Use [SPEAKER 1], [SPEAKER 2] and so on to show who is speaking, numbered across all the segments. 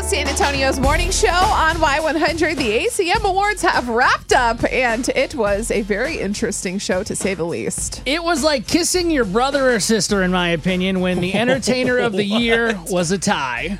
[SPEAKER 1] San Antonio's morning show on Y100. The ACM Awards have wrapped up, and it was a very interesting show to say the least.
[SPEAKER 2] It was like kissing your brother or sister, in my opinion, when the entertainer of the year was a tie.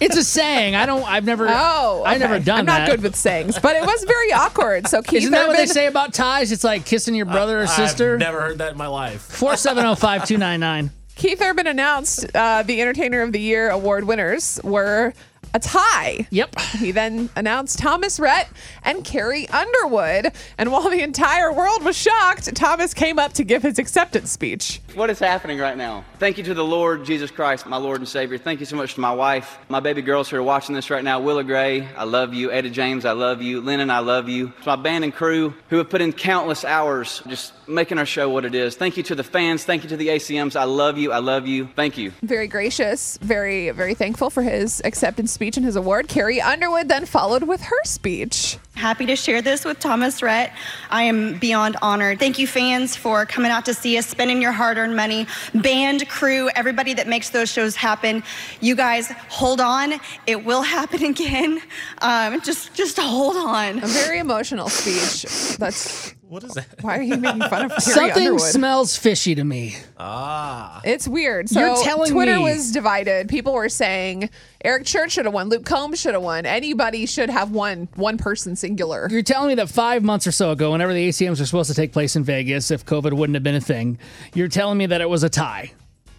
[SPEAKER 2] It's a saying. I don't. I've never.
[SPEAKER 1] Oh,
[SPEAKER 2] I've never
[SPEAKER 1] okay.
[SPEAKER 2] done
[SPEAKER 1] I'm not
[SPEAKER 2] that.
[SPEAKER 1] good with sayings, but it was very awkward. So Keith
[SPEAKER 2] Isn't that what they
[SPEAKER 1] Urban-
[SPEAKER 2] say about ties? It's like kissing your brother or sister.
[SPEAKER 3] Uh, I've never heard that in my life.
[SPEAKER 2] Four seven zero five two nine nine.
[SPEAKER 1] Keith Urban announced uh, the Entertainer of the Year award winners were a tie.
[SPEAKER 2] Yep.
[SPEAKER 1] He then announced Thomas Rhett and Carrie Underwood. And while the entire world was shocked, Thomas came up to give his acceptance speech.
[SPEAKER 4] What is happening right now? Thank you to the Lord Jesus Christ, my Lord and Savior. Thank you so much to my wife, my baby girls who are watching this right now. Willa Gray, I love you. Etta James, I love you. Lennon, I love you. To my band and crew who have put in countless hours just making our show what it is. Thank you to the fans. Thank you to the ACMs. I love you. I love you. Thank you.
[SPEAKER 1] Very gracious, very, very thankful for his acceptance speech and his award. Carrie Underwood then followed with her speech.
[SPEAKER 5] Happy to share this with Thomas Rhett. I am beyond honored. Thank you, fans, for coming out to see us, spending your hard earned money, band, crew, everybody that makes those shows happen. You guys, hold on. It will happen again. Um, just, just hold on.
[SPEAKER 1] A very emotional speech. That's
[SPEAKER 3] What is that?
[SPEAKER 1] why are you making fun of Carrie
[SPEAKER 2] Something
[SPEAKER 1] Underwood?
[SPEAKER 2] smells fishy to me.
[SPEAKER 3] Ah,
[SPEAKER 1] It's weird. So
[SPEAKER 2] You're telling
[SPEAKER 1] Twitter
[SPEAKER 2] me.
[SPEAKER 1] was divided. People were saying Eric Church should have won, Luke Combs should have won, anybody should have won, one person singular.
[SPEAKER 2] You're telling me that five months or so ago, whenever the ACMs were supposed to take place in Vegas, if COVID wouldn't have been a thing, you're telling me that it was a tie.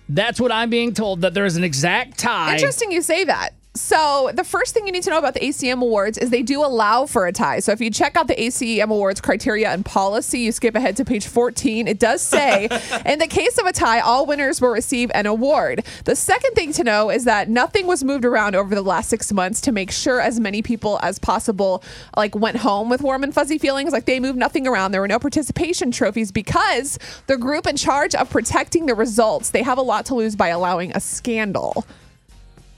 [SPEAKER 2] That's what I'm being told. That there is an exact tie.
[SPEAKER 1] Interesting you say that. So the first thing you need to know about the ACM Awards is they do allow for a tie. So if you check out the ACM Awards criteria and policy, you skip ahead to page 14, it does say, in the case of a tie, all winners will receive an award. The second thing to know is that nothing was moved around over the last six months to make sure as many people as possible like went home with warm and fuzzy feelings. Like they moved nothing around. There were no participation trophies because the group in charge of protecting the results, they have a lot to lose by allowing a scandal.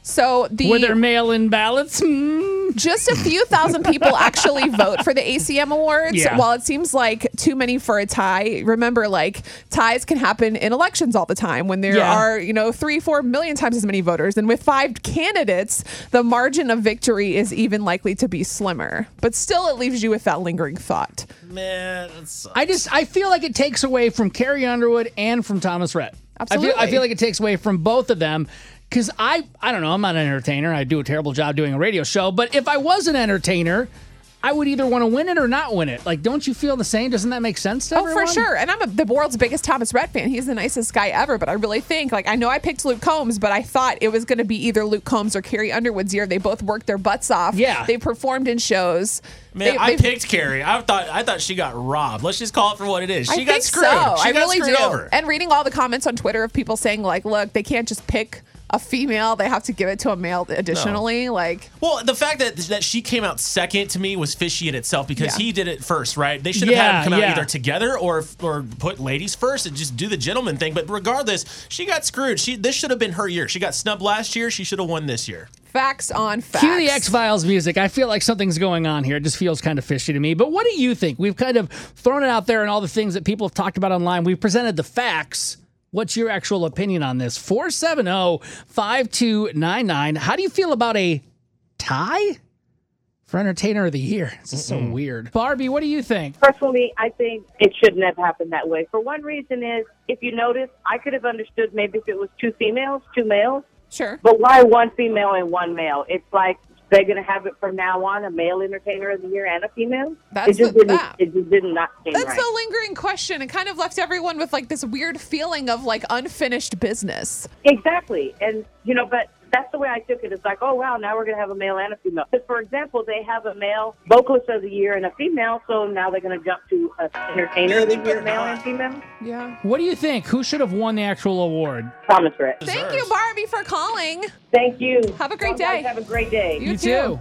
[SPEAKER 1] So the
[SPEAKER 2] Were there mail-in ballots? Hmm.
[SPEAKER 1] just a few thousand people actually vote for the ACM awards.
[SPEAKER 2] Yeah.
[SPEAKER 1] While it seems like too many for a tie, remember like ties can happen in elections all the time when there
[SPEAKER 2] Yeah.
[SPEAKER 1] are you know three four million times as many voters, and with five candidates, the margin of victory is even likely to be slimmer. But still, it leaves you with that lingering thought.
[SPEAKER 3] Man, that sucks.
[SPEAKER 2] I just I feel like it takes away from Carrie Underwood and from Thomas Rhett. I feel, I
[SPEAKER 1] Absolutely.
[SPEAKER 2] feel like it takes away from both of them because I I don't know. I'm not an entertainer. I do a terrible job doing a radio show. But if I was an entertainer, I would either want to win it or not win it. Like, don't you feel the same? Doesn't that make sense to
[SPEAKER 1] Oh,
[SPEAKER 2] everyone?
[SPEAKER 1] for sure. And I'm a, the world's biggest Thomas Rhett fan. He's the nicest guy ever. But I really think, like, I know I picked Luke Combs, but I thought it was going to be either Luke Combs or Carrie Underwood's year. They both worked their butts off.
[SPEAKER 2] Yeah.
[SPEAKER 1] They performed in shows.
[SPEAKER 3] Man,
[SPEAKER 1] They-
[SPEAKER 3] I
[SPEAKER 1] they've-
[SPEAKER 3] picked Carrie. I thought I thought she got robbed. Let's just call it for what it is.
[SPEAKER 1] I
[SPEAKER 3] She got
[SPEAKER 1] think
[SPEAKER 3] screwed.
[SPEAKER 1] So.
[SPEAKER 3] She
[SPEAKER 1] I
[SPEAKER 3] got
[SPEAKER 1] really
[SPEAKER 3] screwed
[SPEAKER 1] do.
[SPEAKER 3] over.
[SPEAKER 1] And reading all the comments on Twitter of people saying, like, look, they can't just pick a female, they have to give it to a male additionally. Like,
[SPEAKER 3] well, the fact that that she came out second to me was fishy in itself because
[SPEAKER 1] Yeah.
[SPEAKER 3] he did it first, right? They should have
[SPEAKER 2] Yeah,
[SPEAKER 3] had him come
[SPEAKER 2] yeah.
[SPEAKER 3] out either together or or put ladies first and just do the gentleman thing. But regardless, she got screwed. She this should have been her year. She got snubbed last year. She should have won this year.
[SPEAKER 1] facts on facts.
[SPEAKER 2] Cue the E X Files music. I feel like something's going on here. It just feels kind of fishy to me. But what do you think? We've kind of thrown it out there and all the things that people have talked about online. We've presented the facts. What's your actual opinion on this? oh, 470 5299. How do you feel about a tie for Entertainer of the Year? This is so weird. Barbie, what do you think?
[SPEAKER 6] personally, I think it shouldn't have happened that way. For one reason is, if you notice, I could have understood maybe if it was two females, two males,
[SPEAKER 1] Sure.
[SPEAKER 6] but why one female and one male? It's like they're going to have it from now on, a male entertainer of the year and a female.
[SPEAKER 1] That's
[SPEAKER 6] it just
[SPEAKER 1] the-
[SPEAKER 6] didn't.
[SPEAKER 1] that-
[SPEAKER 6] It just did not seem
[SPEAKER 1] That's
[SPEAKER 6] right.
[SPEAKER 1] the lingering question. It kind of left everyone with like this weird feeling of like unfinished business.
[SPEAKER 6] Exactly. And, you know, but that's the way I took it. It's like, oh, wow, now we're going to have a male and a female. Because, for example, they have a male vocalist of the year and a female, so now they're going to jump to a entertainer of the year, male and female.
[SPEAKER 1] Yeah.
[SPEAKER 2] What do you think? Who should have won the actual award?
[SPEAKER 6] Thomas Rhett.
[SPEAKER 1] Thank
[SPEAKER 3] Deserves.
[SPEAKER 1] you, Barbie, for calling.
[SPEAKER 6] Thank you.
[SPEAKER 1] Have a great
[SPEAKER 6] Y'all guys
[SPEAKER 1] day.
[SPEAKER 6] Have a great day.
[SPEAKER 1] You too.